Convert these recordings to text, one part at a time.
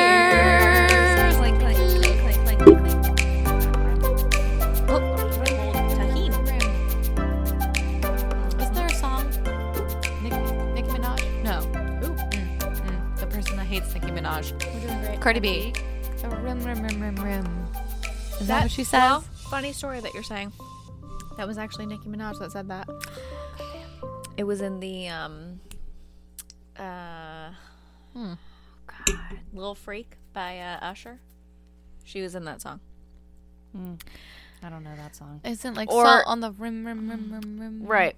Oh, mm, hates Nicki Minaj. We're doing great. Cardi B. So rim, rim, rim, rim, rim. Is that, That- what she says? well, funny story that you're saying. That was actually Nicki Minaj that said that. It was in the um, uh, Hmm. God, "Little Freak" by uh, Usher. She was in that song. Hmm. I don't know that song. Isn't like Or- salt on the rim, rim, rim, rim, rim. Right.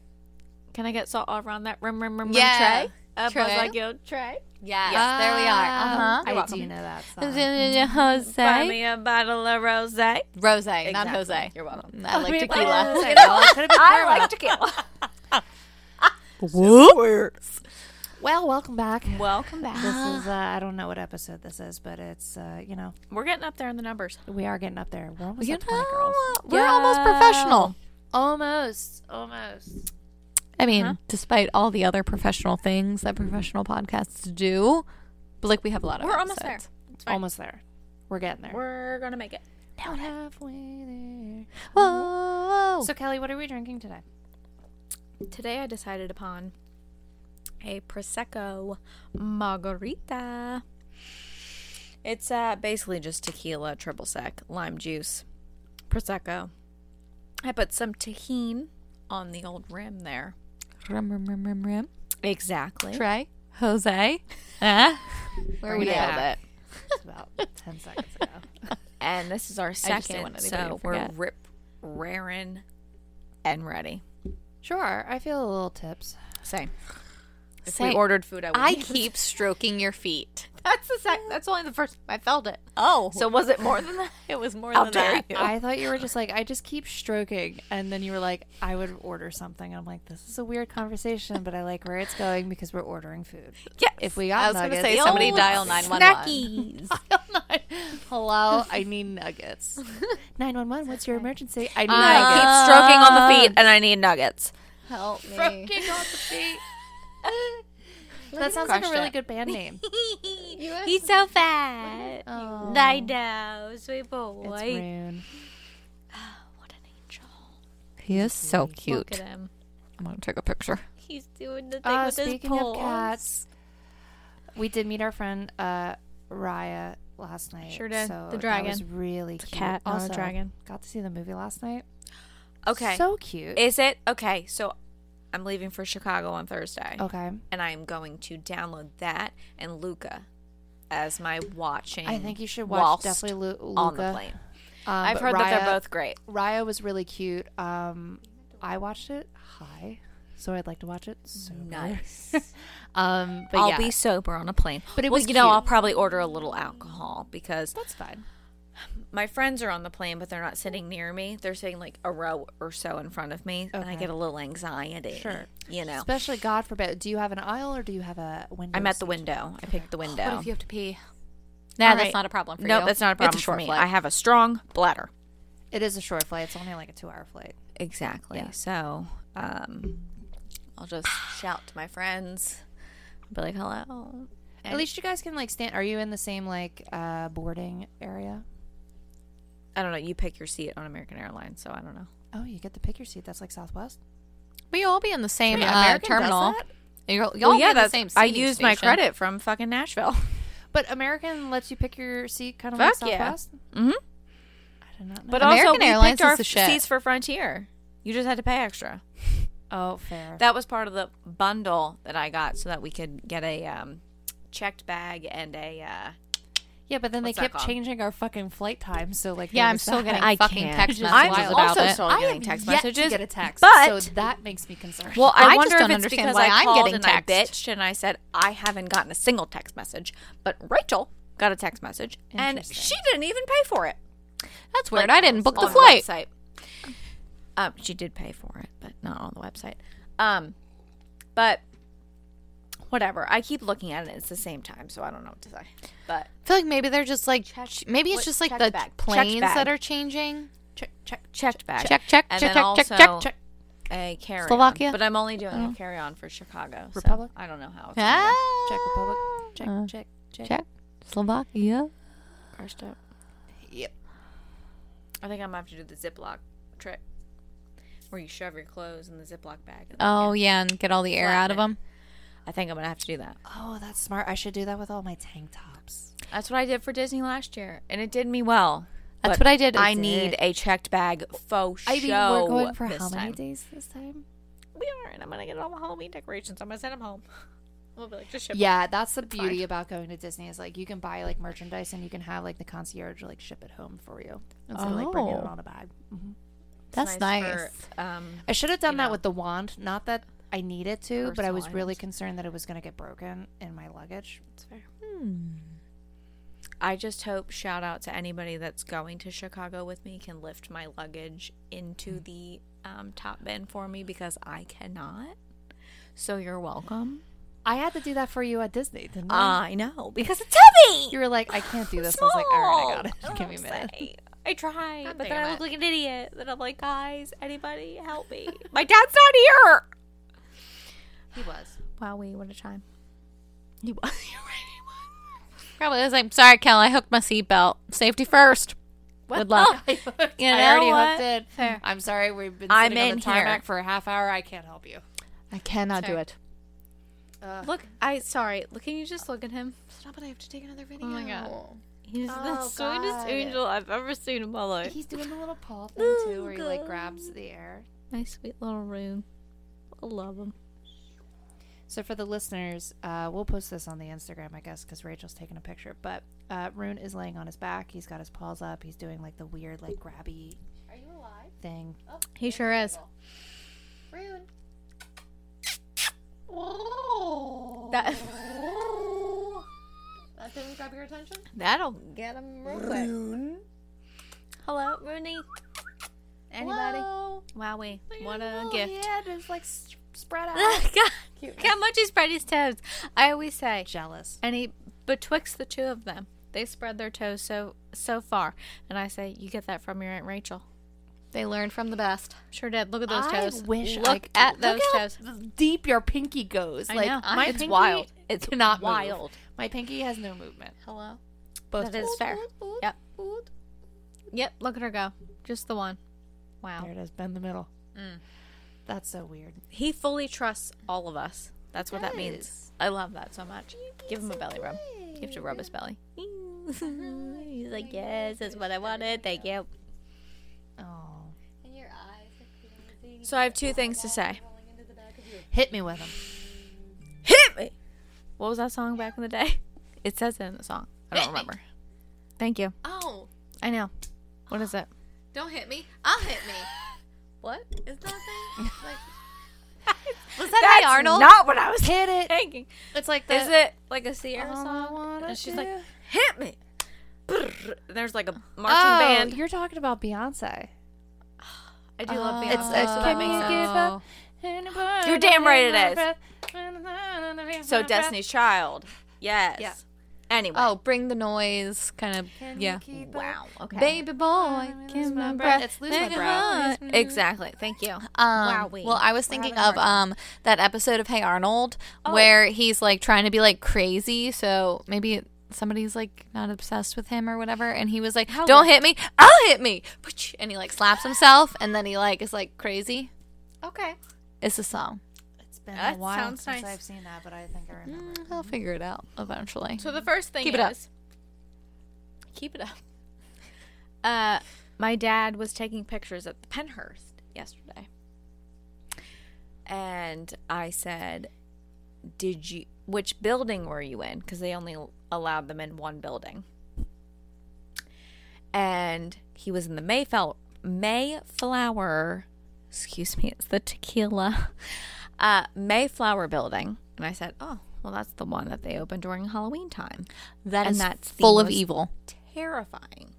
Can I get salt all around that rim, rim, rim, Yeah. rim tray? Uh, Tray. Buzz Lightyear tray. Ah. Yes, Yes. there we are. You're Uh huh. I welcome. do know that song. Buy Jose. me a bottle of rosé. Rose, not Exactly. Jose. You're welcome. I like tequila. Well, you know, it could've been I karma. like tequila. Well, welcome back. Welcome back. This is uh, I don't know what episode this is, but it's uh, you know We're getting up there in the numbers. we are getting up there. We're almost You at 20 girls. know, We're almost yeah. professional. Almost, almost. I mean, despite all the other professional things that professional podcasts do, but like we have a lot of. We're almost episodes. fine. Almost there. We're getting there. We're gonna make it. about halfway there. Whoa. So Kelly, what are we drinking today? Today I decided upon a prosecco margarita. It's uh, basically just tequila, triple sec, lime juice, prosecco. I put some tahine on the old rim there. Rim rim rim rim rim. Exactly. Trey. Jose. Huh? Where we Yeah. nailed it. It's about ten seconds ago. And this is our didn't second, want anybody so to we're forget. rip, raring, and ready. Sure, I feel a little tips. Same. If Same. we ordered food, I would. I keep stroking your feet. That's the sec. That's only the first. I felt it. Oh. So was it more than that? it was more How than dare that. you. I thought you were just like, I just keep stroking. And then you were like, I would order something. I'm like, this is a weird conversation, but I like where it's going because we're ordering food. Yes. If we got I was gonna nuggets, say, the somebody old dial 911. Snackies. Hello, I need nuggets. 911, what's your emergency? I need nuggets. I keep stroking on the feet and I need nuggets. Help me. That sounds like a really good band name. He's so fat. Oh, I know, sweet boy. it's rude. What an angel. He is so Look at cute. him. I'm gonna take a picture. He's doing the thing Uh, with his speaking paws. of cats, we did meet our friend uh, Raya last night. Sure did. So The That was dragon. really cute. cat, not a also, dragon. Got to see the movie last night. Okay. So cute. is it okay? So I'm leaving for Chicago on Thursday, okay. and I'm going to download that and Luca as my watching. I think you should watch whilst definitely Lu- on the Luca. plane. Um, I've but heard that Raya- they're both great. Raya was really cute. Um, I watched it high, so I'd like to watch it soon. Nice. Um, but I'll yeah, be sober on a plane. But it Well, was you know, I'll cute. probably order a little alcohol because that's fine. my friends are on the plane, but they're not sitting near me. They're sitting like a row or so in front of me, and I Okay. get a little anxiety. Sure. you know, Especially, God forbid, do you have an aisle or do you have a window? I'm at the seat? window. I picked the window. have to pee? Nah, All that's right. not a problem for no, you. that's not a problem it's a for short me. flight. I have a strong bladder. It is a short flight. It's only like a two-hour flight. Exactly. Yeah. So, um, I'll just shout to my friends. Be like, hello. At least you guys can like stand. Are you in the same like uh, boarding area? I don't know. You pick your seat on American Airlines, so I don't know. Oh, you get to pick your seat. That's like Southwest. we all be in the same Yeah, uh, American does terminal. that? You'll, y'all Oh be in the that's. same. I seating used my station. credit from fucking Nashville. But American lets you pick your seat, kind of like Fuck yeah. Southwest. Mm-hmm. I did not know. But American also, we Airlines picked our is the shit. seats for Frontier. You just had to pay extra. oh, fair. That was part of the bundle that I got, so that we could get a um, checked bag and a. Uh, yeah, but then they What's that kept called? changing our fucking flight time. So like, Yeah, there I'm was still that. getting I fucking can't. text Just- messages I'm about also it. still I getting am text yet messages. to get a text, but- so that makes me concerned. well, I I, just wonder don't if it's understand because why I I'm called getting and I texts. bitched and I said I haven't gotten a single text message, but Rachel got a text message and Interesting. she didn't even pay for it. That's weird. I didn't book the on flight. website. Um, she did pay for it, but not on the website. Um, but whatever. I keep looking at it. It's the same time, so I don't know what to say. But I feel like maybe they're just like ch- maybe it's what- just like check the bag. Check planes bag. that are changing. check, check, checked back. Check, check, and check, then check, also check, check, check. a carry. Slovakia? But I'm only doing a carry on for Chicago. so Republic? I don't know how. It's gonna Ah, Czech Republic. Check, check, check. Uh, check. Slovakia. work. First up, Yep. I think I'm gonna have to do the Ziploc trick, where you shove your clothes in the Ziploc bag. Oh yeah, and get all the air out of them. I think I'm gonna have to do that. Oh, that's smart. I should do that with all my tank tops. That's what I did for Disney last year, and it did me well. That's But what I did. I Is need it- a checked bag faux Ivy, show. we're going for this how many time. days this time? We are, and I'm gonna get all the Halloween decorations. I'm gonna send them home. We'll be like, just ship. Yeah, that's the beauty about going to Disney is like you can buy like merchandise and you can have like the concierge like ship it home for you instead of like bringing it Oh. on a bag. That's nice. for, um, I should have done that know. with the wand. Not that I needed to, but I was Personal really items. concerned that it was going to get broken in my luggage. it's fair. I just hope shout out to anybody that's going to Chicago with me can lift my luggage into Mm. the um, top bin for me because I cannot. So you're welcome. I had to do that for you at Disney, didn't I? I know because it's heavy. you were like, I can't do this. I was like, all right, I got it. Small. Give me a minute. Say, I tried, but think then I about look like an idiot. Then I'm like, guys, anybody help me? My dad's not here. He was. Wowie, what a time. He was. You're right, he was. Probably is. I'm sorry, Kel. I hooked my seatbelt. Safety first. Good luck. You I already know hooked what? it. I'm sorry, we've been sitting I'm on in the tarmac here. for a half hour. I can't help you. I cannot do it. Look, I sorry. Look, can you just look at him? Stop it. I have to take another video. Oh my god, He's the Oh, sweetest God. angel I've ever seen in my life. he's doing the little paw thing too, where he like grabs the air. My sweet little room. I love him. So for the listeners, uh, we'll post this on the Instagram, I guess, because Rachel's taking a picture. But uh, Rune is laying on his back. He's got his paws up. He's doing like the weird, like grabby. Are you alive? Thing. He sure is. Rune. That. Oh. That didn't grab your attention. That'll get him real quick. Hello, Rooney. Anybody? Oh, Wowie. What a gift. Yeah, just like s- spread out. God, look how much he spread his toes. I always say, Jealous. and he betwixt the two of them, they spread their toes so so far. And I say, you get that from your aunt Rachel. They learned from the best. Sure did. Look at those toes. I wish Look I could- at those look how toes. Deep your pinky goes. I like know. my It's pinky wild. It's not wild. My pinky has no movement. Hello. Both That is toes. fair. Yep. Yep. Look at her go. Just the one. Wow. There it is. Bend the middle. That's so weird. He fully trusts all of us. That's what that means. I love that so much. Give him a belly rub. You have to rub his belly. He's like, yes, that's what I wanted. Thank you. Oh, So I have two things to say. hit me with them. Hit me. What was that song back in the day? It says it in the song. I don't remember. Thank you. Oh, I know. What is it? don't hit me. I'll hit me. What? Is that a thing? Like, was that That's Hey Arnold? not what I was Hit it. thinking. Um, It's like the. Is it like a Sierra All I song? wanna And she's like, do- hit me. Brrr. And There's like a marching oh, band. You're talking about Beyonce. I do love Beyonce. Oh. It's so like, that can makes you sense. give up? Oh. You're You're damn right it is. So Destiny's Child. Yes. Yeah. Anyway. Oh, bring the noise. Kind of. Yeah. wow. Okay. Baby boy, kiss my breath. It's lose my make a breath. Mm-hmm. heart. Exactly. Thank you. Um, Wowee. well, I was thinking of um that episode of Hey Arnold Oh. where he's like trying to be like crazy, so maybe somebody's like not obsessed with him or whatever, and he was like, "Don't hit me, I'll hit me," and he like slaps himself, and then he like is like crazy. Okay. It's a song. It's been That a while sounds since nice. I've seen that, but I think I remember. I'll figure it out eventually. So the first thing Keep is it up. keep it up. Uh, my dad was taking pictures at the Penhurst yesterday, and I said, "Did you? Which building were you in? Because they only allowed them in one building." And he was in the Mayfell Mayflower. Excuse me, it's the tequila. Uh, Mayflower building. And I said, "Oh, well, that's the one that they open during Halloween time." That And is that's the full of most- evil. terrifying.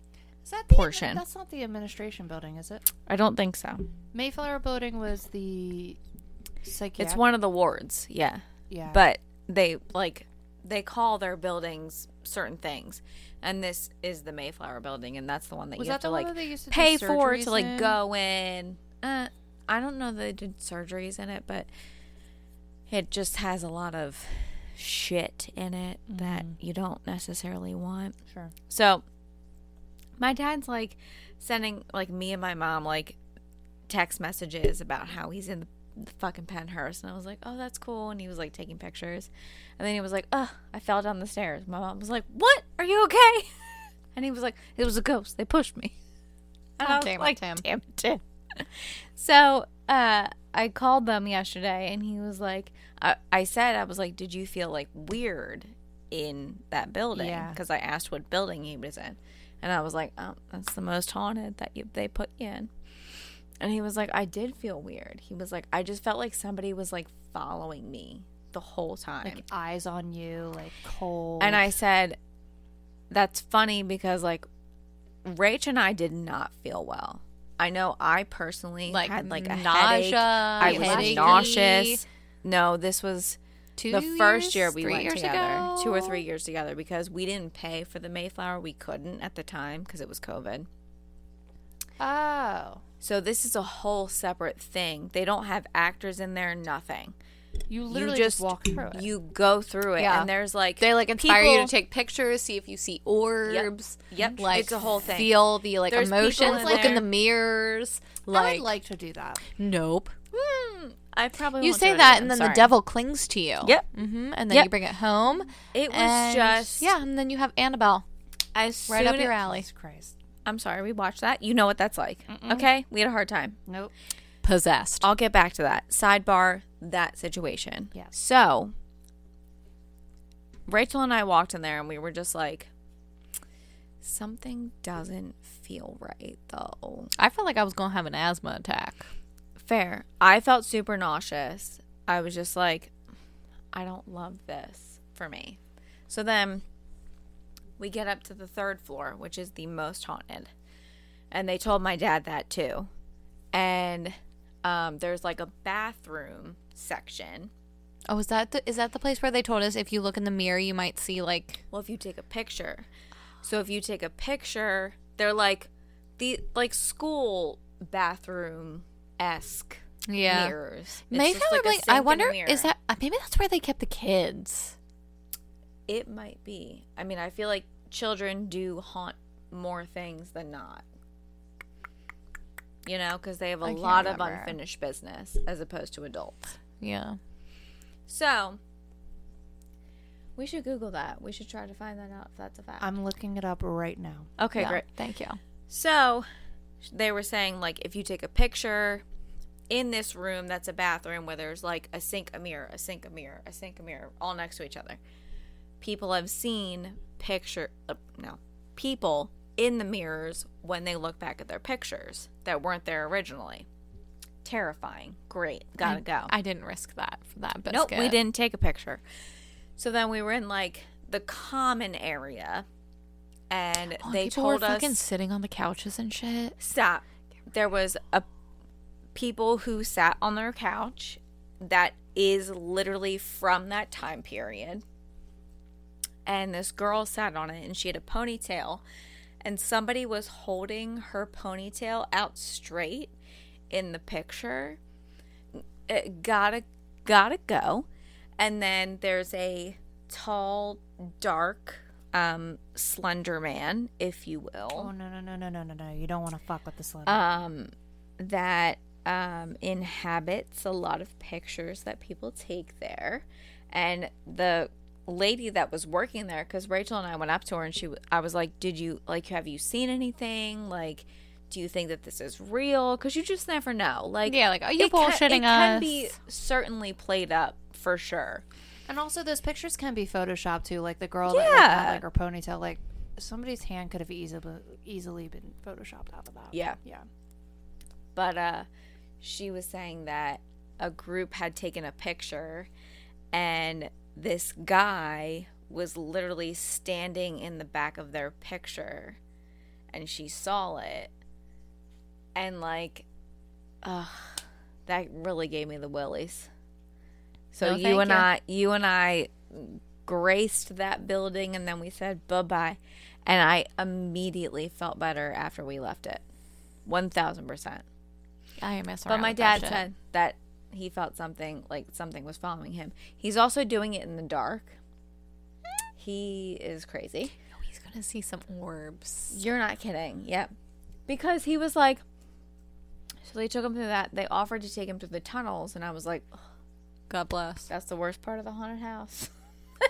Is that the Portion. That's not the administration building, is it? I don't think so. Mayflower building was the psychiatric. It's one of the wards, yeah. Yeah. But they like they call their buildings certain things, and this is the Mayflower building, and that's the one that Was you have to that the one like that they used to do pay for surgeries to like in? go in. Uh, I don't know that they did surgeries in it, but it just has a lot of shit in it that you don't necessarily want. Mm-hmm. Sure. So my dad's like sending like me and my mom like text messages about how he's in the fucking Penhurst. And I was like, oh, that's cool. And he was like taking pictures. And then he was like, oh, I fell down the stairs. My mom was like, what? Are you okay? And he was like, it was a ghost. They pushed me. And Oh, I was damn it, like, Tim. damn it, Tim. so uh, I called them yesterday and he was like, I, I said, I was like, did you feel like weird in that building? Yeah. Because I asked what building he was in. And I was like, oh, that's the most haunted that you, they put you in. And he was like, I did feel weird. He was like, I just felt like somebody was like following me the whole time. Like eyes on you, like cold. and I said, That's funny because like Rach and I did not feel well. I know I personally Like, had like a nausea, headache. I was headache. nauseous. No, this was Two the first year years, we three went years together, ago? two or three years together, because we didn't pay for the Mayflower. We couldn't at the time because it was COVID. oh, So this is a whole separate thing. They don't have actors in there, nothing. you literally you just, walk through it. You go through it, Yeah. and there's like They like inspire you people- to take pictures, see if you see orbs. Yep. Like It's a whole thing. Feel the like There's people emotions. in Look in there. the mirrors. I Like, would like to do that. nope. Hmm, I probably You won't do say it that, again, and then sorry. the devil clings to you. Yep. hmm And then Yep. you bring it home. It was and- just yeah, and then you have Annabelle As right up soon your as- alley. Jesus Christ. I'm sorry, we watched that. You know what that's like. Okay, we had a hard time. Nope. Possessed. I'll get back to that. Sidebar that situation. Yes. So Rachel and I walked in there and we were just like something doesn't feel right though. I felt like I was gonna have an asthma attack. Fair. I felt super nauseous. I was just like I don't love this for me. So then we get up to the third floor, which is the most haunted. And they told my dad that too. And um, there's like a bathroom section. Oh, is that the, is that the place where they told us if you look in the mirror you might see like Well, if you take a picture. So if you take a picture, they're like the like school bathroom esque yeah. mirrors. It's Maybe just I would a like. sink I and a wonder is mirror. that uh, maybe that's where they kept the kids. It might be. I mean, I feel like children do haunt more things than not. You know, because they have a I can't lot of remember. unfinished business as opposed to adults. Yeah. So, we should Google that. We should try to find that out if that's a fact. Um, I'm looking it up right now. okay, Yeah. great. Thank you. So, they were saying, like, if you take a picture in this room that's a bathroom where there's like a sink, a mirror, a sink, a mirror, a sink, a mirror, all next to each other. People have seen picture, uh, no, people in the mirrors when they look back at their pictures that weren't there originally. Terrifying. Great. Gotta I, go. I didn't risk that for that biscuit. Nope, we didn't take a picture. So then we were in like the common area, and Oh, they people told were us fucking sitting on the couches and shit. stop. There was a people who sat on their couch that is literally from that time period. And this girl sat on it and she had a ponytail and somebody was holding her ponytail out straight in the picture. It gotta gotta go. And then there's a tall, dark, um, slender man, if you will Oh no no no no no no no! You don't want to fuck with the slender. um, that um, inhabits a lot of pictures that people take there. And the lady that was working there, because Rachel and I went up to her and she, w- I was like, "Did you like? Have you seen anything? Like, do you think that this is real? Because you just never know. Like, Yeah, like, are you it ca- bullshitting It can us? be certainly played up for sure. and also, those pictures can be photoshopped too. Like the girl that Yeah. like, had like her ponytail. Like somebody's hand could have easily easily been photoshopped out of that. Yeah. yeah. but uh she was saying that a group had taken a picture and this guy was literally standing in the back of their picture and she saw it and like ugh that really gave me the willies so No, you thank and you. i you and i graced that building and then we said bye-bye and i immediately felt better after we left it 1000% I am messing but around my with dad that shit. said that he felt something like something was following him. He's also doing it in the dark. He is crazy. oh, he's gonna see some orbs. You're not kidding. Yep. Because he was like, So they took him through that. They offered to take him through the tunnels, and I was like, "Ugh, God bless. that's the worst part of the haunted house.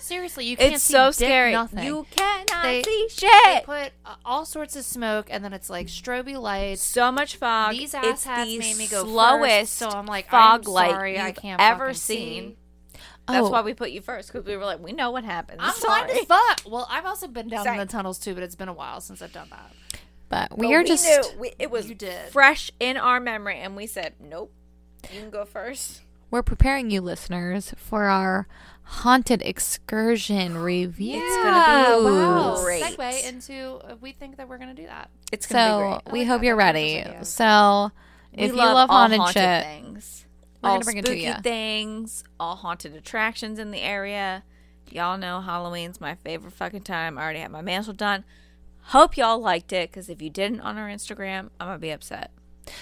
Seriously, you can't It's see so dick scary. Nothing. You cannot They- see they shit. put uh, all sorts of smoke, and then it's like strobe lights. So much fog. These it's asshats the made me go slowest. first, so I'm like, fog I'm light sorry, I you've can't ever fucking seen. see. That's Oh. why we put you first because we were like, we know what happens. I'm Sorry. blind as fuck. Well, I've also been down Same. in the tunnels too, but it's been a while since I've done that. But But we are just knew. We- it was You did. fresh in our memory, and we said, nope. You can go first. we're preparing you listeners for our haunted excursion review. gonna be Oh, wow. great. Segue into uh, we think that we're gonna do that. It's So I we like hope that. you're That's ready. awesome, yeah. So if you love all haunted, shit, things, we're all gonna bring it to spooky ya. things, all haunted attractions in the area. Y'all know Halloween's my favorite fucking time. I already had my mantle done. Hope y'all liked it because if you didn't on our Instagram, I'm gonna be upset.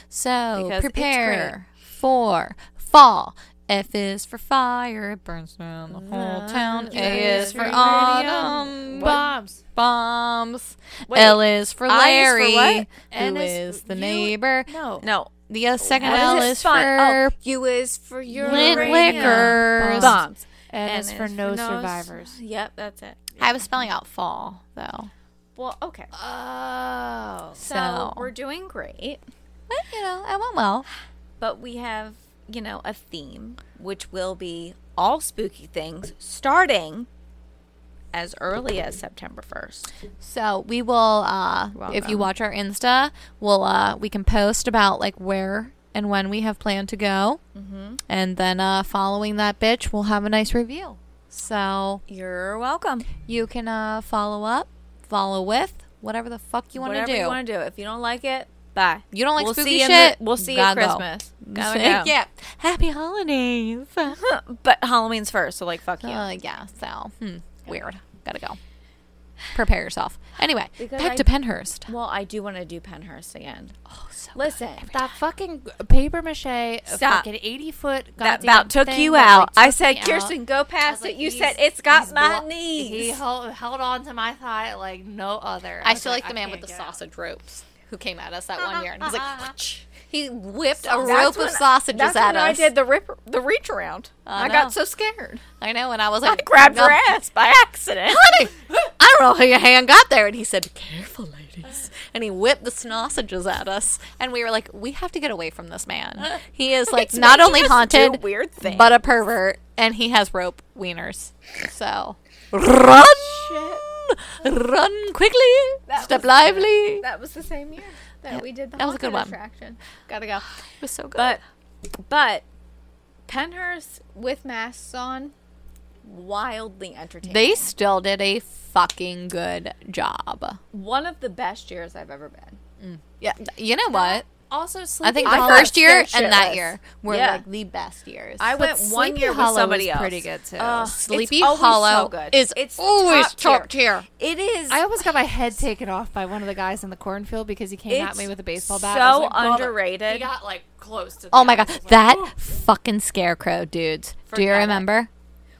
so Because it's prepare for fall. F is for fire, it burns down the whole town. A is for autumn, bombs. bombs. Wait, L is for I is for Larry, what? N N is, is- the you- neighbor. No, No, The uh, second What L it? is Fun. for Oh, U is for your lint liquors. Bombs. N is for no survivors. Yep, that's it. I was spelling out fall though. Well, okay. Oh, So, Uh, So- we're doing great, But you know, I went well. but we have, you know, a theme which will be all spooky things starting as early as September 1st. So we will uh if welcome. you watch our Insta, we'll uh we can post about like where and when we have planned to go. And then uh following that bitch, we'll have a nice review. So You're welcome. you can uh follow up, follow with, whatever the fuck you want to Whatever do. you want to do. If you don't like it, bye. You don't like we'll spooky see you in the- shit? we'll see you at Gotta go. Christmas. Gotta go. yeah. Happy holidays. But Halloween's first, so like fuck you. Uh, yeah. So, hmm, weird. Gotta go. Prepare yourself. Anyway, Because back I- to Penhurst. well, I do want to do Penhurst again. Oh, so Listen, that fucking paper mache, Stop. fucking eighty foot. that about took you out. I said, Kirsten, go past it. You said it's got my knees. He held, held on to my thigh like no other. I was still like the "I man with the can't get out." sausage ropes who came at us that one year and was like, he whipped a That's rope of when- sausages that's at when us. I did the rip, the reach around. I I, know. got so scared. I know, and I was I like, grabbed "No, her ass by accident. Honey, I don't know how your hand got there. And he said, careful, ladies. And he whipped the sausages at us. And we were like, we have to get away from this man. He is like It's not making only us do haunted, weird things. but a pervert. And he has rope wieners. So run! Run quickly! That Step was- lively! That That was the same year that we did the that was a good haunted one. attraction. Gotta go. was so good. But, but Penhurst with masks on, wildly entertaining. they still did a fucking good job. One of the best years I've ever been. Yeah, you know what? Also, sleepy. I think I the got first year scared and that shitless. year were Yeah. like the best years. I went But one Sleepy year with Hollow somebody is else. pretty good, too. Ugh, Sleepy it's always Hollow so good. is it's always top tier. It is. I almost got my head taken off by one of the guys in the cornfield because he came at It's me with a baseball bat. so I was like, "Brother." underrated. He got like close to. Oh my the- god, that fucking scarecrow, dudes. Do you Forget it. remember?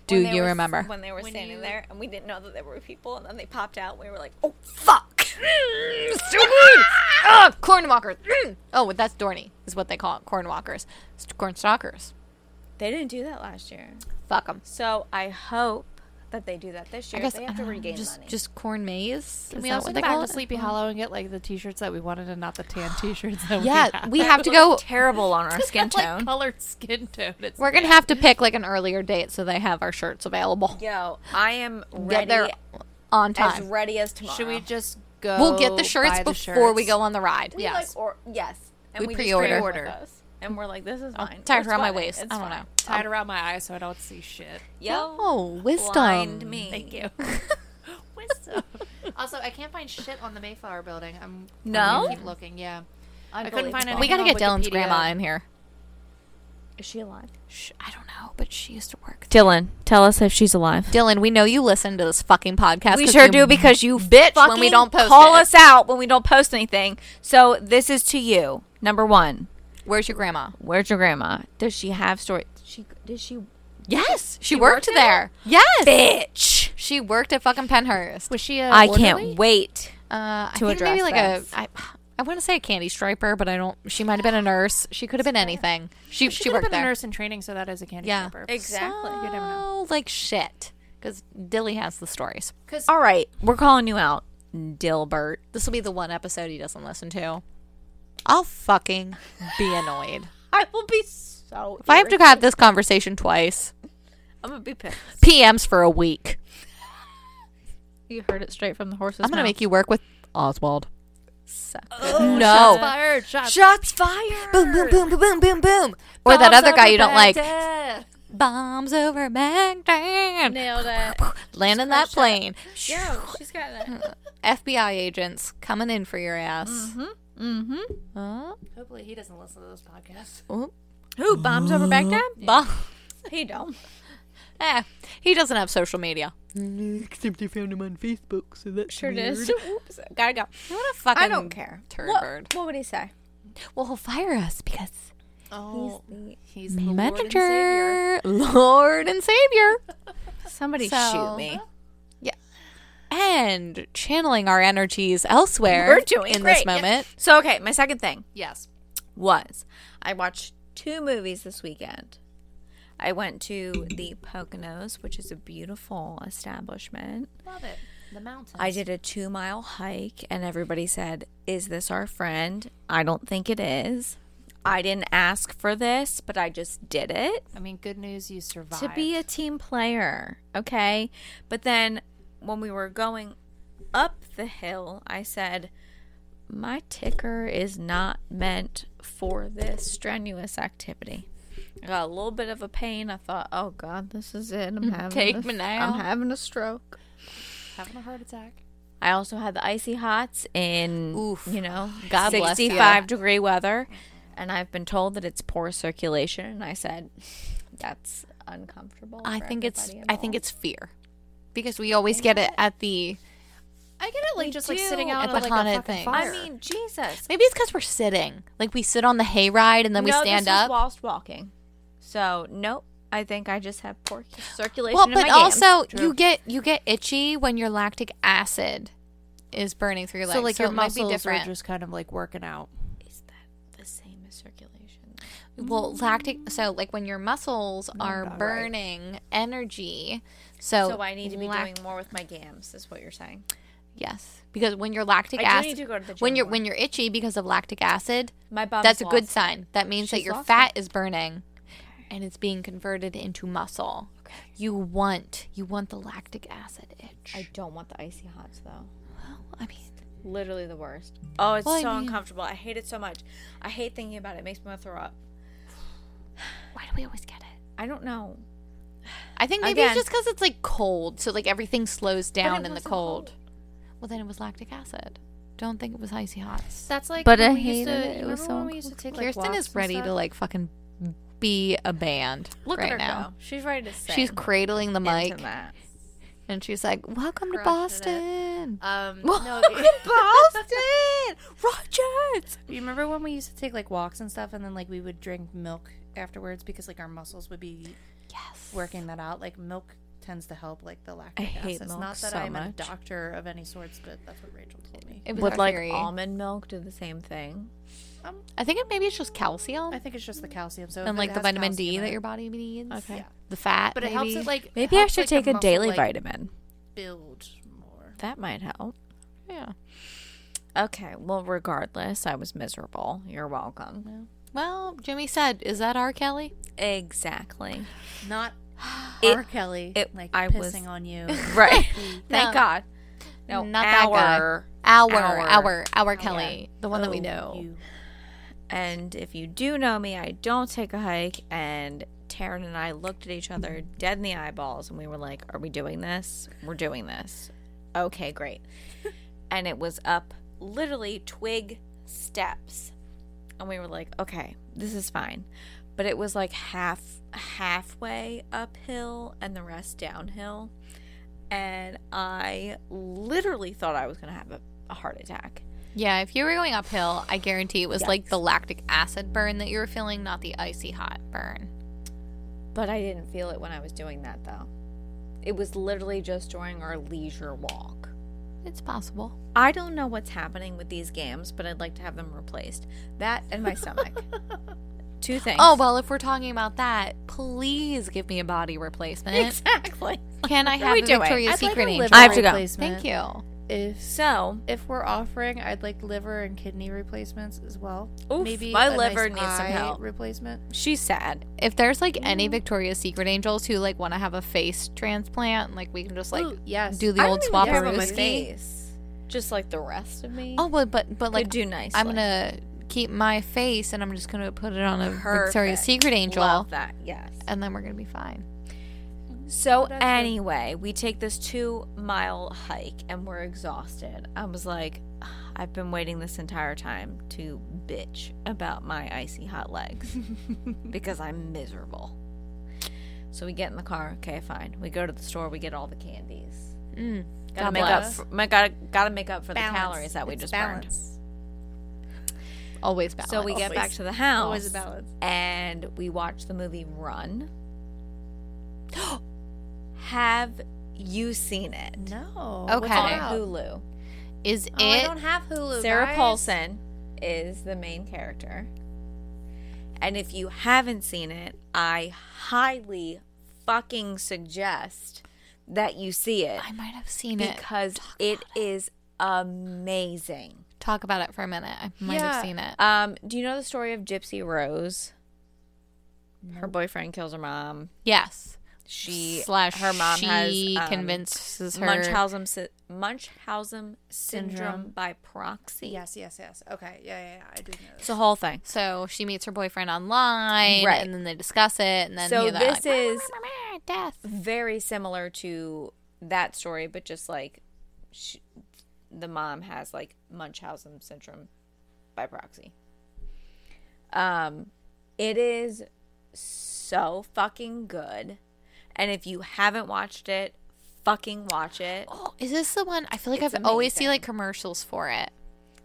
Do when they you were- remember? when they were When standing you- there and we didn't know that there were people and then they popped out? We were like, oh fuck! Stupid! Ugh, cornwalkers. Mm. Oh, well, that's Dorney, is what they call it. Cornwalkers. St- Cornstalkers. they didn't do that last year, Fuck them. so I hope that they do that this I year. guess they have to regain just, money. Just corn maze? Is Can we that also what go they back call to it? Mm. Sleepy Hollow and get like the t-shirts that we wanted and not the tan t-shirts that Yeah, we we had. have to go. terrible on our skin tone. Like colored skin tone. It's We're going to have to pick like an earlier date so they have our shirts available. Yo, I am Get ready there on as time. ready as tomorrow. Should we just go? We'll get the shirts buy the before we shirts? go on the ride. We, yeah. Yes. like, or yes, and We we, just pre-order. bring it with Order. us. And we're like, this is fine. Tie it It's around my fine. waist. It's I don't fine. know. Tie it around my eyes so I don't see shit. Yo, Oh, wisdom. blind me. Thank you. Wisdom. also, I can't find shit on the Mayflower building. I'm I'm No? gonna keep looking. Yeah, I couldn't Unbelievable. find anything. We gotta on get Dylan's Wikipedia. grandma in here. Is she alive? Sh I don't know, but she used to work. Dylan, tell us if she's alive. Dylan, we know you listen to this fucking podcast. We 'cause sure you do because you bitch fucking when we don't post call it. us out when we don't post anything. So this is to you. Number one, Where's your grandma? where's your grandma? Does she have story? She did she? Yes, she, She worked, worked there. there? Yes, Bitch, she worked at fucking Penhurst. Was she? A I orderly? can't wait. Uh, I To think maybe address like a this. I, I want to say a candy striper, but I don't. She might have been a nurse. She could have been anything. She she, She, could have worked been there. a nurse in training, so that is a candy Yeah. stripper. Exactly. So, You never know. like shit, because Dilly has the stories. All right, we're calling you out, Dilbert. This will be the one episode he doesn't listen to. I'll fucking be annoyed I will be so. if I have to have this conversation twice. I'm gonna be pissed. PMs for a week. You heard it straight from the horse's I'm gonna make you work with Oswald. So- Shots no. fired. Shots. Oh, Shots fired. Boom, boom, boom, boom, boom, boom, boom. Or that Bombs other guy over you don't like. Baghdad. Bombs over Baghdad. nailed it. Landing that plane. Yeah, she's got that. FBI agents coming in for your ass. mm-hmm. Oh, Hopefully, he doesn't listen to this podcast. oh, Who bombs over Baghdad? bah. He don't. Eh, he doesn't have social media. Mm, Except I found him on Facebook, so that's Sure weird. does. Oops, gotta go. You want to fucking I don't care. turd What, bird. what would he say? Well, he'll fire us because Oh, he's, the manager, Lord and Savior, Somebody So- shoot me. and channeling our energies elsewhere. We're doing in great, this yeah. moment. So okay, my second thing Yes. was I watched two movies this weekend. I went to the Poconos, which is a beautiful establishment. Love it. The mountain. I did a two mile hike, and everybody said, Is this our friend? I don't think it is. I didn't ask for this, but I just did it I mean, good news, you survived. to be a team player. Okay. But then when we were going up the hill, I said, My ticker is not meant for this strenuous activity. I got a little bit of a pain. I thought, oh God, this is it. I'm having Take a- me now." I'm having a stroke. having a heart attack. I also had the icy hots in Oof. you know God bless ya. 65 degree weather, and I've been told that it's poor circulation. And I said, that's uncomfortable. I for think it's everybody I think it's fear because we always get it at the I get it, like just like do sitting at out the on like haunted a fucking thing. involved. Fire. I mean, Jesus. maybe it's because we're sitting like we sit on the hayride and then we No, stand this is up. whilst walking. So nope. I think I just have poor circulation. well, in but my gams. also you get you get itchy when your lactic acid is burning through your legs, so like your it might muscles be different. are just kind of like working out. is that the same as circulation? Well, Mm-hmm. lactic. So, like when your muscles Oh are burning energy, so So I need to be lac- doing more with my gams. Is what you're saying? Yes, because when your lactic I do acid, need to go to the when gym you're more. when you're itchy because of lactic acid, My body. that's a good sign. That means that She's your lost fat is burning, and it's being converted into muscle. You want you want the lactic acid itch. I don't want the icy hots though. well, I mean, Literally the worst. Oh, it's Well, I so mean- uncomfortable. I hate it so much. I hate thinking about it. It makes me want to throw up. why do we always get it? I don't know. I think maybe Again. it's just because it's like cold, so like everything slows down in the wasn't cold. Well, then it was lactic acid. Don't think it was icy hots. That's like But when I we used hated to, it. It you was remember so when we used to take like Kirsten walks is and ready stuff? to like fucking be a band Look right at her now. go. She's ready to sing. She's cradling the mic Into that. and she's like, "Welcome to Crushed it. Boston." Um, What? no, Boston, Rogers. you remember when we used to take like walks and stuff, and then like we would drink milk afterwards because like our muscles would be Yes. working that out. Like milk tends to help like the lactic I hate acid. milk Not that so I'm much. a doctor of any sorts, but that's what Rachel told me. It was Would our like theory. almond milk do the same thing? Um, I think it, maybe it's just calcium I think it's just the calcium. So if and it like the has vitamin D calcium in that it- your body needs. Okay. Yeah. The fat, But maybe. it helps it like Maybe I helps, should like, the take a muscle, daily like, vitamin. Build more. That might help. Yeah. Okay. Well, regardless, I was miserable. You're welcome. Well, Jimmy said, "Is that R. Kelly?" Exactly. Not It- R. Kelly. it- like I I was- pissing on you. Right. Thank No. God. No, Not our, that guy. Our, Our. our, our, Kelly, the one that Oh, we know. Oh, You And if you do know me, I don't take a hike. And Taryn and I looked at each other dead in the eyeballs and we were like, Are we doing this? We're doing this. Okay, great. and it was up literally twig steps. And we were like, Okay, this is fine. But it was like half halfway uphill and the rest downhill. And I literally thought I was gonna have a, a heart attack. Yeah, if you were going uphill, I guarantee it was like the lactic acid burn that you were feeling, not the icy hot burn. But I didn't feel it when I was doing that though. It was literally just during our leisure walk. It's possible. I don't know what's happening with these games, but I'd like to have them replaced. That and my stomach. Two things. Oh, well, if we're talking about that, please give me a body replacement. exactly. Can I What are have we a doing? Victoria's I'd like Secret a angel? liver I have to go. replacement. Thank you. If So, if we're offering, I'd like liver and kidney replacements as well. Oof, Maybe my a nice liver needs some eye help. Replacement. she's sad. If there's like any Mm. Victoria's Secret angels who like want to have a face transplant, like we can just like Ooh, yes. do the old I don't even care about my swaparooski. face. Just like the rest of me. Oh, but but but like like do nice. I'm gonna keep my face and I'm just gonna put it on a Victoria's Secret angel, Love that. Yes. and then we're gonna be fine. So That's a- anyway, we take this two mile hike and we're exhausted. I was like, I've been waiting this entire time to bitch about my icy hot legs because I'm miserable. So we get in the car. Okay, fine. We go to the store. We get all the candies. Mm. Gotta God make up. bless. For, my, gotta gotta make up for Balance. the calories that we It's just balance. Always balance. burned. So we get back Always. to the house. Always a balance. and we watch the movie Run. Have you seen it? No. Okay. what's it On about? Hulu. is Oh, I it don't have Hulu. Sarah guys. Paulson is the main character. And if you haven't seen it, I highly fucking suggest that you see it I might have seen it. because it is amazing. Talk about it for a minute. I might Yeah. have seen it. Um, do you know the story of Gypsy Rose? Her boyfriend kills her mom. Yes. She slash her mom she has um, convinces her. Munchausen sy- Munchausen syndrome, Syndrome. by proxy. Yes, yes, yes. Okay. Yeah, yeah, yeah. I do know. it's a whole thing. So she meets her boyfriend online, Right. and then they discuss it, and then so you know, they're this like, is "Ah, death. very similar to that story, but just like she, the mom has like Munchausen syndrome by proxy. Um, it is so fucking good, and if you haven't watched it, fucking watch it. Oh, is this the one? I feel like It's I've always see amazing. like commercials for it.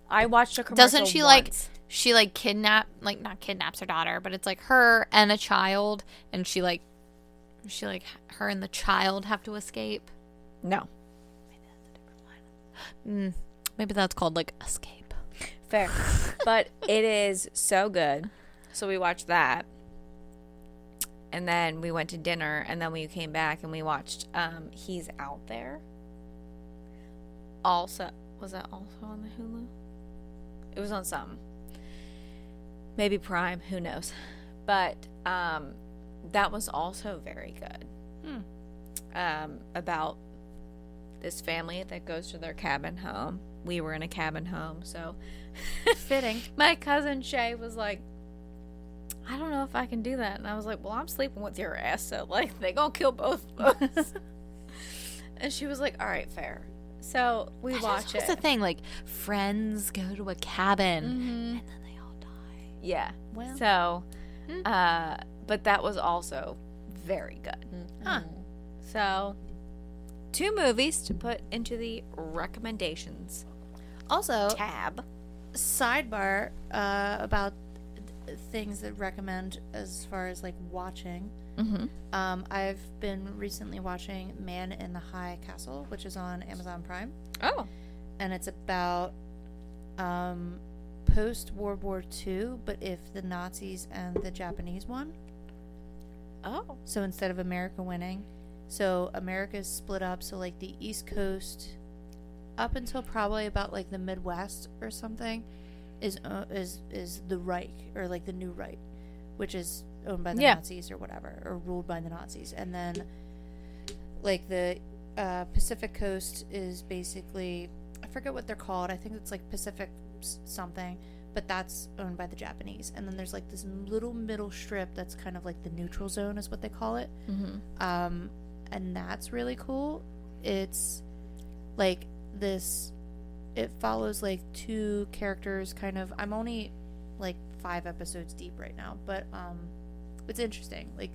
I watched a commercial. Doesn't she like once. she like kidnap like not kidnaps her daughter, but it's like her and a child, and she like she like her and the child have to escape. No, Mm, maybe that's called like escape. Fair. but it is so good. So we watched that. And then we went to dinner and then we came back and we watched um He's Out There. Also was that also on the Hulu? It was on some. Maybe Prime, who knows. But um that was also very good. Um about this family that goes to their cabin home. We were in a cabin home, so Fitting. my cousin Shay was like, I don't know if I can do that. And I was like, Well, I'm sleeping with your ass, so like they gonna kill both of us. and she was like, All right, fair. So we watch That's it. the thing. Like friends go to a cabin, and then they all die. Mm-hmm. Hmm. yeah. Well. So uh but that was also very good. Mm-hmm. Huh. So two movies to put into the recommendations Also, tab. sidebar uh, about th- things that recommend as far as like watching. Mhm. Um, I've been recently watching Man in the High Castle, which is on Amazon Prime, Oh. and it's about um, post World War II, but if the Nazis and the Japanese won. Oh. So instead of America winning, so America's split up. So like the East Coast, up until probably about like the Midwest or something, is uh, is is the Reich or like the new Reich, which is owned by the Yeah. Nazis or whatever, or ruled by the Nazis, and then like the uh, Pacific Coast is basically I forget what they're called. I think it's like Pacific s- something, but that's owned by the Japanese. And then there's like this little middle strip that's kind of like the neutral zone, is what they call it. Mm-hmm. Um, and that's really cool. It's like this. It follows like two characters, kind of. I'm only like five episodes deep right now, but um, it's interesting. Like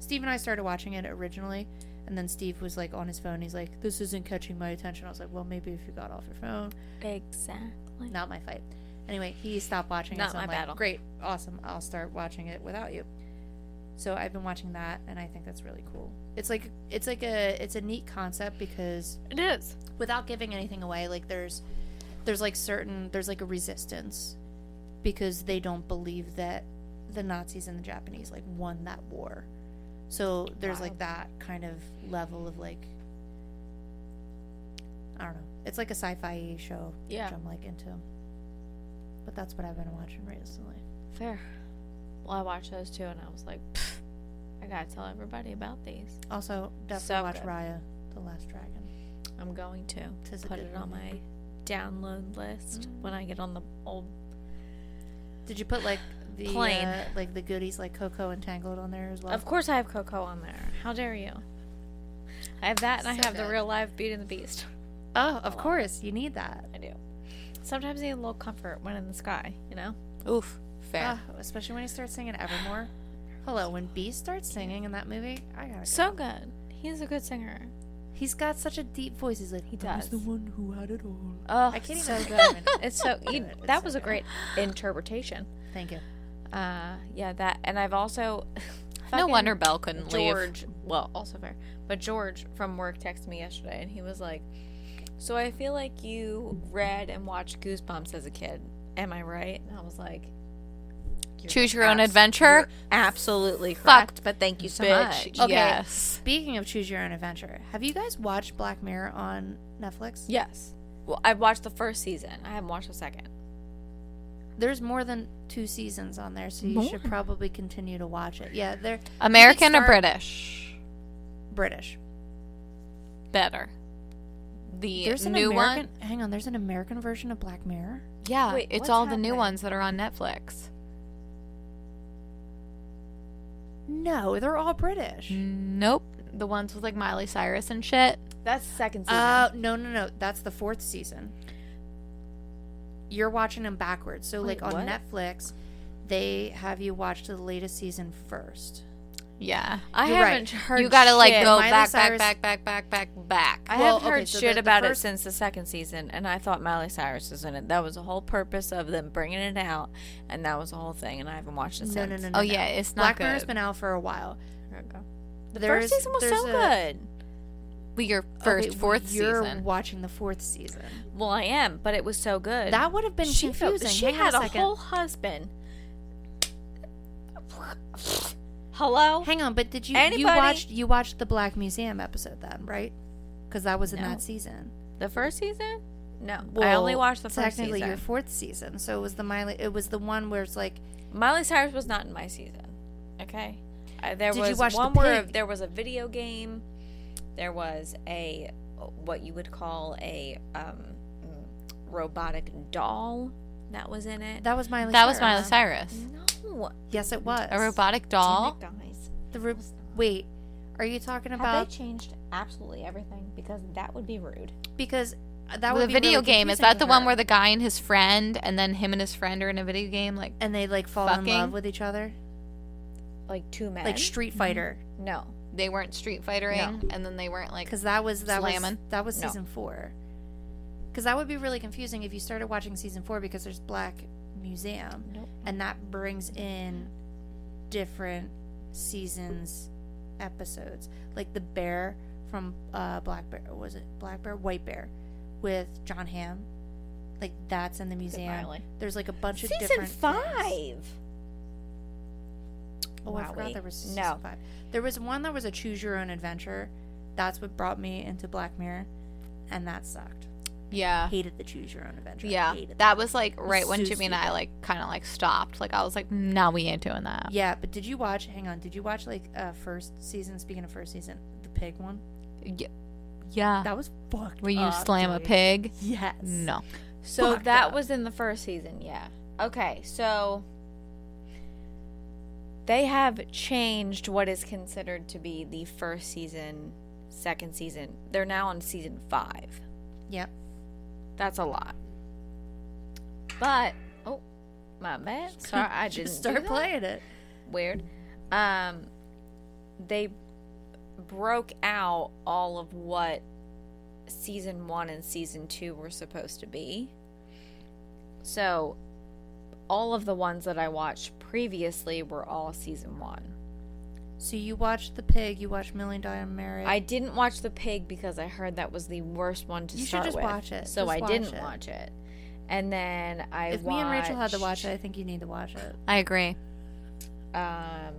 Steve and I started watching it originally, and then Steve was like on his phone. He's like, "This isn't catching my attention." I was like, "Well, maybe if you got off your phone." Exactly. Not my fight. Anyway, he stopped watching Not it. So my I'm battle. Like, Great, awesome. I'll start watching it without you. So I've been watching that, and I think that's really cool. It's like it's like a it's a neat concept because It is. without giving anything away like there's there's like certain there's like a resistance because they don't believe that the nazis and the japanese like won that war so there's like that kind of level of like i don't know it's like a sci-fi show Yeah. which i'm like into but that's what i've been watching recently Fair. Well, I watched those two and I was like, "Pfft, I gotta tell everybody about these. also definitely So watch good. raya the last dragon I'm going to Mm. Tis a put good it on my download list when I get on the old. did you put like the Plane. uh, like the goodies like coco and tangled on there as well Of course, I have Coco on there. How dare you? I have that, and I So have the good. real live Beauty and the Beast. oh of course you need that I do. Sometimes I need a little comfort when in the sky, you know. Oof. Fair. Ah, especially when he starts singing Evermore. Hello, when Beast starts singing in that movie, I gotta. So good. He's a good singer. He's got such a deep voice. He's like he does. He's the one who had it all. Oh, I can't even. so good. think of it. It's so you, It's that so was a good. great interpretation. Thank you. Uh, yeah, that, and I've also. no fucking wonder Belle couldn't leave. George, well, also fair, but George from work texted me yesterday, and he was like, "So I feel like you read and watched Goosebumps as a kid. Am I right?" And I was like, "You're Choose your own abs- adventure. you're Absolutely Fuck, correct, but thank you so Bitch. much." Yes. Speaking of choose your own adventure, have you guys watched Black Mirror on Netflix? Yes. Well, I've watched the first season. I haven't watched the second. There's more than two seasons on there, so you should probably continue to watch it. Yeah, they're American or start- British? British. Better. The There's an new American. one. Hang on, there's an American version of Black Mirror. Yeah, Wait, it's what's all the new happening? ones that are on Netflix. No, they're all British. Mm. Nope, the ones with like Miley Cyrus and shit. That's second season. Uh, no, no, no. That's the fourth season. You're watching them backwards. So, Wait, like what? on Netflix, they have you watch the latest season first. Yeah, I you're haven't right. heard. you gotta like shit. go Miley back, Cyrus- back, back, back, back, back, back, I Well, haven't heard okay, so shit the- the about first- it since the second season, and I thought Miley Cyrus was in it. That was the whole purpose of them bringing it out, and that was the whole thing. And I haven't watched it No, since. no, no, no. Oh no. yeah, it's not Black good. Mirror's been out for a while. The There's- first season was there's so a- good. Well, your Okay, first, well, fourth you're season. watching the fourth season. Well, I am, but it was so good. That would have been she felt- confusing. she Hang on had a a, second. whole husband. Hello. Hang on, but did you Anybody- you watched you watched the Black Museum episode then, right? Because that was in No. that season. The first season? No, I only Well, watched the first technically season. your fourth season. So it was the Miley. It was the one where it's like Miley Cyrus was not in my season. Okay, uh, there Did you was watch The one where Pig? there was a video game. There was a what you would call a um, robotic doll that was in it. that was Miley. That was Cyrus. Miley Cyrus. no, Yes, it was A robotic doll. Damn it, guys. The ru- wait, are you talking Have about they changed absolutely everything? Because that would be rude. because that would the be video really game is confusing that the for one her. where the guy and his friend, and then him and his friend are in a video game? Like, and they like fall in fucking- love with each other Like two men. like Street Fighter no, they weren't Street Fightering, and then they weren't like. because that was that was Slamming. that was No. season four because that would be really confusing if you started watching season four because there's Black Museum Nope. and that brings in different seasons episodes like the bear from uh Black Bear was it Black Bear White Bear with John Hamm like that's in the museum Miley. there's like a bunch of Season different five. things. Oh, I forgot Wowie. there was season no. five. There was one that was a choose your own adventure. That's what brought me into Black Mirror, and that sucked. Yeah. Hated the choose your own adventure. Yeah, hated that was like right when so Jimmy and I stupid. like kind of like stopped. Like I was like, "No, we ain't doing that." Yeah, but did you watch? Hang on, did you watch like uh first season? Speaking of first season, the pig one. Yeah, yeah. That was fucked. Where you up, slam a dude. pig? Yes. No. So Fucked that up. was in the first season, yeah. Okay, so they have changed what is considered to be the first season, second season. They're now on season five. Yep. That's a lot. But oh, my bad. Sorry, I didn't Just do start that. playing it. Weird. Um, they broke out all of what season one and season two were supposed to be. So, all of the ones that I watched previously were all season one. So you watched The Pig, you watched Million Dollar Marriage. I didn't watch The Pig because I heard that was the worst one to You should start just with. watch it. So Just I watch didn't it. watch it. And then I if watched, me and Rachel had to watch it, I think you need to watch it. I agree. um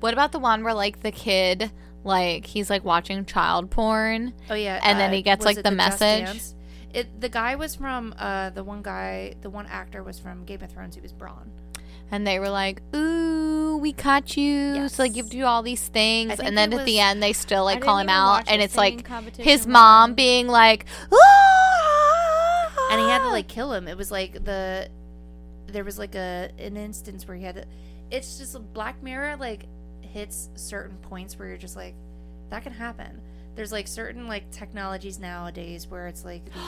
What about the one where like the kid like he's like watching child porn? Oh yeah, And then he gets, was like, it the Just message? Dance? It the guy was from uh the one guy the one actor was from Game of Thrones. He was Braun. And they were like, "Ooh, we caught you!" So like, Yes. give you all these I things, think and then it at the was- end, they still I like call didn't him even out, watch and the it's singing like his competition mom one. being like, And he had to like kill him. It was like the there was like a an instance where he had to. It's just Black Mirror like hits certain points where you're just like that can happen. There's like certain like technologies nowadays where it's like the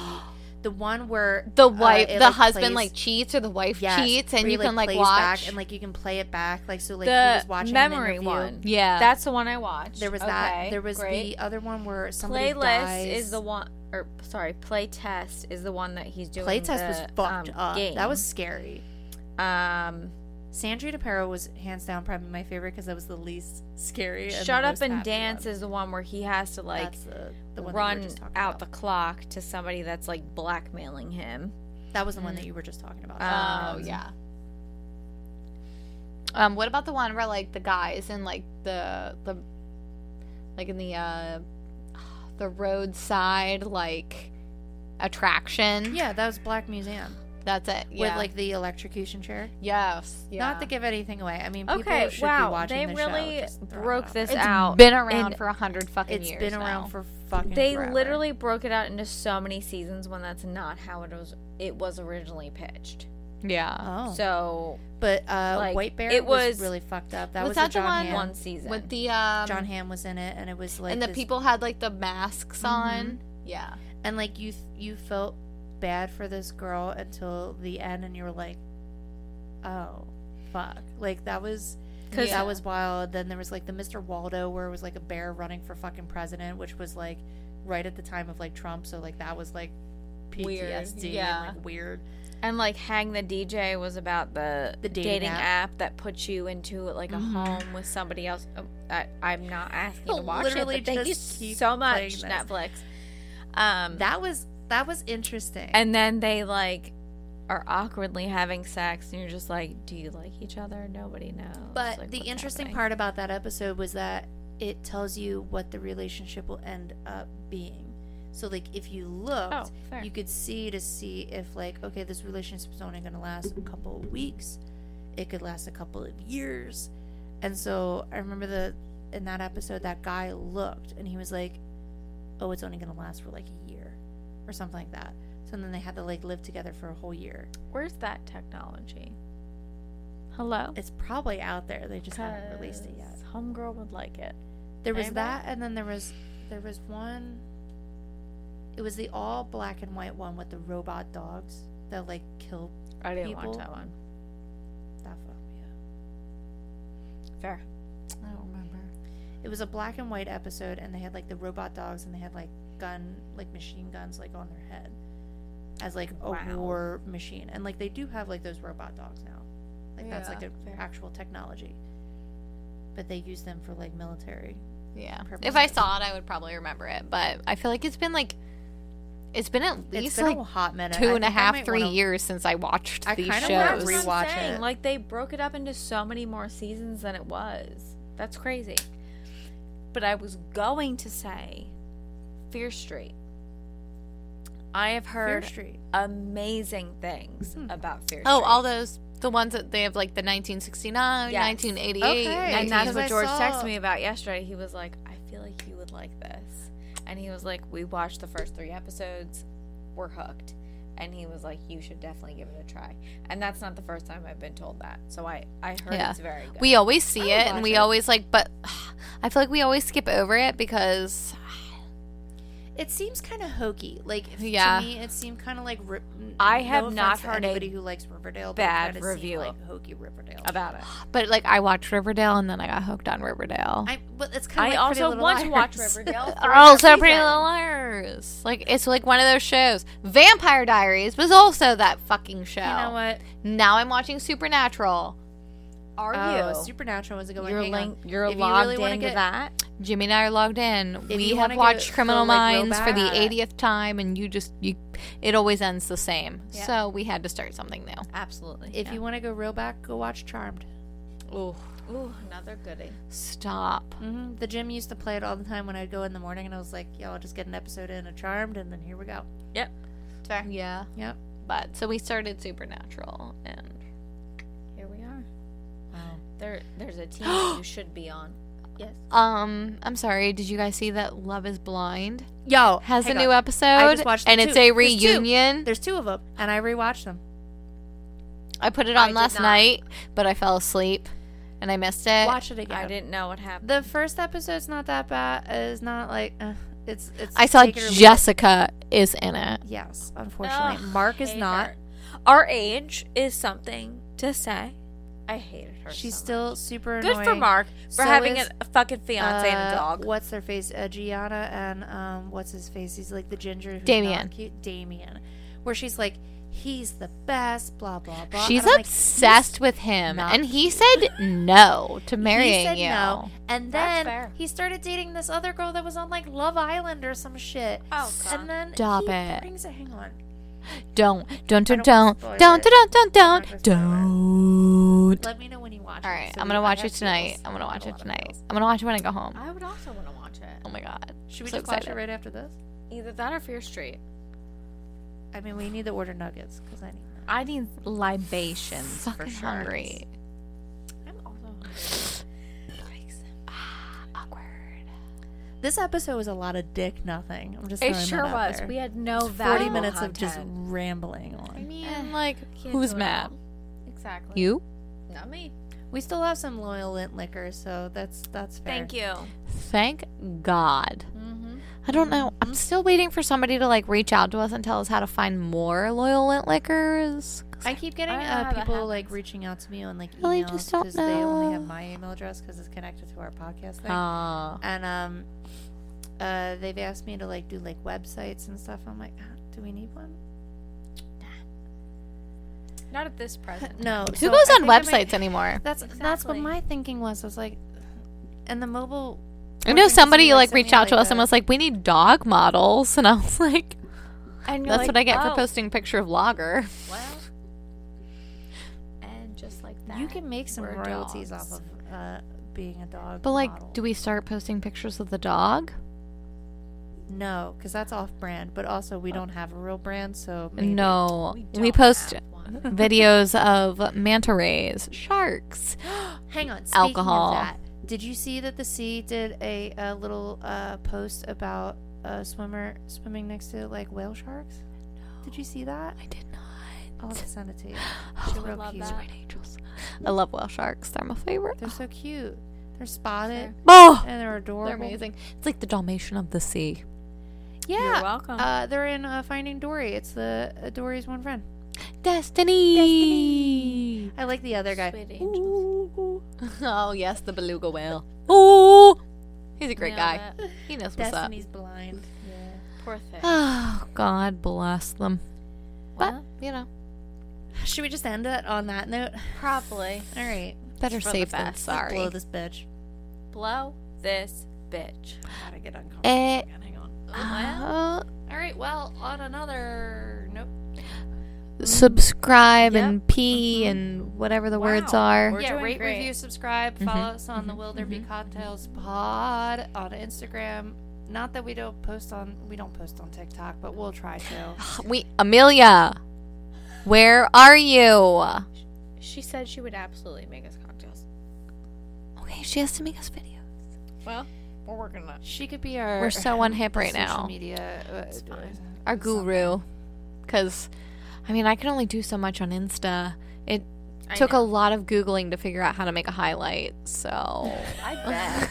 the one where the uh, wife, it, the husband plays- like cheats, or the wife Yes, cheats, and where you can like plays watch. back and like you can play it back like so like he was the watching an memory interview. one. yeah, That's the one I watched. Um, There was Okay, that. There was great. the other one where somebody playlist dies. is the one or sorry play test is the one that he's doing playtest was the, fucked um, up. game. That was scary. um Sandra DePero was hands down probably my favorite because that was the least scary. and the shut up most and happy dance one. is the one where he has to like That's the, the one that we were run just talking out the about. clock to somebody that's like blackmailing him That was the Mm. one that you were just talking about. Uh, Oh yeah. Um, what about the one where like the guy is in like the the like in the uh the roadside like attraction? Um, yeah, that was Black Museum That's it. Yeah. with like the electrocution chair. yes. Yeah. Not to give anything away. I mean, people okay should be wow watching they the show. really Just throwing it broke out this there. out been around and for a hundred fucking It's years. been around now. for fucking. they forever. literally broke it out into so many seasons when that's not how it was it was originally pitched yeah. Oh. so But uh, Like, White Bear it was, was- really fucked up. That was was, that a the John one- Hamm. one season With the um John Hamm was in it, and it was like Mm-hmm. and the this- people had like the masks on. Yeah. and like you th- you felt bad for this girl until the end, and you were like, oh, fuck, like that was. 'Cause- that was wild. Then there was like the Mr. Waldo, where it was like a bear running for fucking president, which was like right at the time of like Trump. So like that was like PTSD, Weird, and, yeah. like, weird. And like Hang the DJ was about the The dating Mm-hmm. app. that puts you into like a home with somebody else. Oh, I, I'm not asking you to You'll watch literally it. But thank you just keep so playing much, this. Netflix. Um, That was that was interesting. and then they like are awkwardly having sex, and you're just like, do you like each other? Nobody knows. But Like, the what's interesting happening? part about that episode was that it tells you what the relationship will end up being. So like if you looked, Oh, fair. you could see to see if like okay, this relationship is only going to last a couple of weeks. It could last a couple of years. And so I remember the in that episode that guy looked and he was like, "Oh, it's only going to last for like a year or something like that." So then they had to like live together for a whole year. Where's that technology? Hello. It's probably out there. They just haven't released it yet. 'Cause Homegirl would like it. There was Anybody? that, and then there was there was one. It was the all black and white one with the robot dogs that like kill I didn't watch People- that one. that fucked me up. Fair. I don't remember. It was a black and white episode, and they had like the robot dogs, and they had like gun like machine guns like on their head as like a Wow. war machine, and like they do have like those robot dogs now, like that's Yeah, like an fair. actual technology. But they use them for like military. Yeah. purposes. If I saw it, I would probably remember it, but I feel like it's been like it's been at It's least been like a hot minute. two I and a think I half, might three wanna- years since I watched I these kinda wanna shows. re- rewatch it. Like they broke it up into so many more seasons than it was. That's crazy. But I was going to say, Fear Street. I have Fair heard Street. amazing things Hmm. about Fear Street. oh, all those the ones that they have like the 1969, Yes. 1988, Okay. and that's because I what George saw- texted me about yesterday. He was like, "I feel like you would like this," and he was like, "We watched the first three episodes, we're hooked." And he was like, "You should definitely give it a try." And that's not the first time I've been told that. So I, I heard Yeah. it's very good. We always see it and watch we it. always like, but I feel like we always skip over it because It seems kind of hokey. Like if- Yeah. to me, it seemed kind of like. Ri- I no have offense not to heard a anybody who likes Riverdale. bad but it kinda review. Seemed like hokey Riverdale. about it. but like I watched Riverdale and then I got hooked on Riverdale. I, but it's kind I of. like Pretty also Little want to watch Liars. Oh, Riverdale. also, Pretty Little Liars. Like it's like one of those shows. Vampire Diaries was also that fucking show. You know what? Now I'm watching Supernatural. Are Oh, you? Supernatural was a good one. You're Hang on. linked. You're If you logged really wanna into get- that. Jimmy and I are logged in. we you have wanna watched go- Criminal go, like, real Minds for the bad. 80th time, and you just you, it always ends the same. So we had to start something new. Absolutely. If you want to go real back, go watch Charmed. Oh, Ooh, another goodie. stop! Mm-hmm. hmm The gym used to play it all the time when I'd go in the morning, and I was like, "Y'all just get an episode in of Charmed, and then here we go." Yep. Fair. Yeah, Yep. but so we started Supernatural, and Here we are. Wow. There, there's a team that you should be on. Yes. um, I'm sorry. Did you guys see that Love Is Blind Yo, has hang a on. new episode? I just watched and two. it's a There's two. e- reunion. There's two of them, and I rewatched them. I put it I on did last not. night, but I fell asleep, and I missed it. Watch it again. Eh, I didn't know what happened. The first episode's not that bad. It's not like uh, it's. It's. I saw take it or leave it. Jessica is in it. Yes, unfortunately, Mark is not. Our age is something to say. I hated her. She's so still super much. good annoying. for Mark for So having is, a, a fucking fiance and uh, a dog. What's their face? Uh, Gianna and um, what's his face? He's like the ginger. who's Damien. not Cute. Damien, where she's like, he's the best. Blah blah blah. She's And I'm like, obsessed with him, not and he said no to marrying he said you. no, and That's then fair. he started dating this other girl that was on like Love Island or some shit. Oh, God. and then Stop he it. Brings it. Hang on. Don't, don't, I don't, don't don't, don't, don't, wanna spoil don't, I'm not don't, Don't. Let me know when you watch All it. right, so I'm we- I gonna watch have it tonight. feels. I'm gonna I watch have it a lot of tonight. feels. I'm gonna watch it when I go home. I would also want to watch it. Oh my god, Should we So just watch it excited. right after this? Either that or Fear Street. I mean, we need to order nuggets because I need. I need libations fucking hungry. I'm also hungry. Awkward. This episode was a lot of dick nothing. I'm just. It throwing sure that out was. there. We had no value. forty minutes of just rambling I on. mean, like, can't Eh, who's do it mad? exactly. You? not me. We still have some loyal lint liquor, so that's that's fair. Thank you. Thank God. I don't know. I'm still waiting for somebody to like reach out to us and tell us how to find more loyal lint liquors. 'Cause I keep getting I don't know how uh, that people happens. like reaching out to me on like Really emails just don't because they only have know. my email address because it's connected to our podcast thing. Uh, and um, uh, they've asked me to like do like websites and stuff. I'm like, ah, do we need one? Not at this present. No. who so goes I on think I might- websites anymore? That's that's what Exactly. my thinking was. I was like, and the mobile. I know Working somebody Casino like sent me, reached out to like, us and a- was like, "We need dog models," and I was like, And "That's what I get oh, for posting picture of logger." Well, and just like that, You can make some we're royalties dogs. off of uh, being a dog. But like, model. do we start posting pictures of the dog? No, because that's off brand. But also, we don't have a real brand, so maybe. Oh. No, We we, don't post have one. videos of manta rays, sharks. Hang on. Speaking Alcohol. Of that, did you see that the sea did a, a little uh, post about a swimmer swimming next to like whale sharks? Did you see that? I did I'll have not. to send it to you. Oh, They're real love cute. that. Sweet angels. I love whale sharks. They're my favorite. They're so cute. They're spotted Oh, and they're adorable. they're amazing. It's like the Dalmatian of the sea. Yeah. You're welcome. Uh, they're in uh, Finding Dory. It's the uh, Dory's one friend. Destiny. I like the other guy. Sweet angels. oh yes, the beluga whale. Oh, he's a great Nailed guy. it. He knows what's up. Destiny's blind. Poor thing. Oh, God bless them. But, Well, you know, Should we just end it on that note? probably All right. better for the safe than best. Let's Blow sorry. this bitch. blow this bitch. Gotta get uncomfortable. Eh, again, Hang on. Oh, uh, All right. Well, on another nope. Mm. subscribe and pee and whatever the words Mm-hmm. Wow. are. We're yeah, doing rate, great. review, subscribe, Mm-hmm. follow us on the Wilder Be Cocktails Pod on Instagram. Not that we don't post on we don't post on TikTok, but we'll try to. We Amelia, where are you? She said she would absolutely make us cocktails. Okay, she has to make us videos. Well, we're working on it. She could be our We're so on hip right social now. media. uh, Our guru, because I mean, I can only do so much on Insta. It I took a lot of googling to figure out how to make a highlight. So. I bet.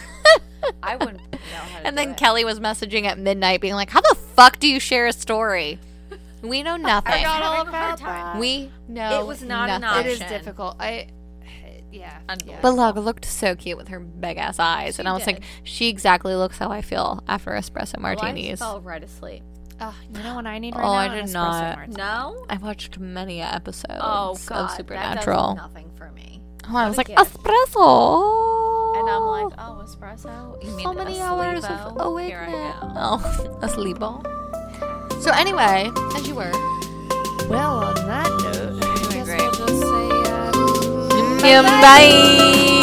I wouldn't know how to And do then it. Kelly was messaging at midnight, being like, "How the fuck do you share a story? We know nothing. forgot all Having a hard about that. time. we know It was not an nothing. It is Action. difficult. I yeah. yeah. But Laga looked so cute with her big ass eyes, and I was like, did. she exactly looks how I feel after espresso martinis. Well, I fell right asleep. Ugh, Ah, you know what I need right Oh, now? I An did espresso not. martini. No. I watched many episodes Oh God, of that does Supernatural. nothing for me. Oh, I was like a gift. espresso. And I'm like, oh, espresso? You mean so many hours of asleepo? Here I awakening. go. Oh, a sleep ball. So anyway, as you were, Well, on that note, I guess great. we'll just say uh, bye.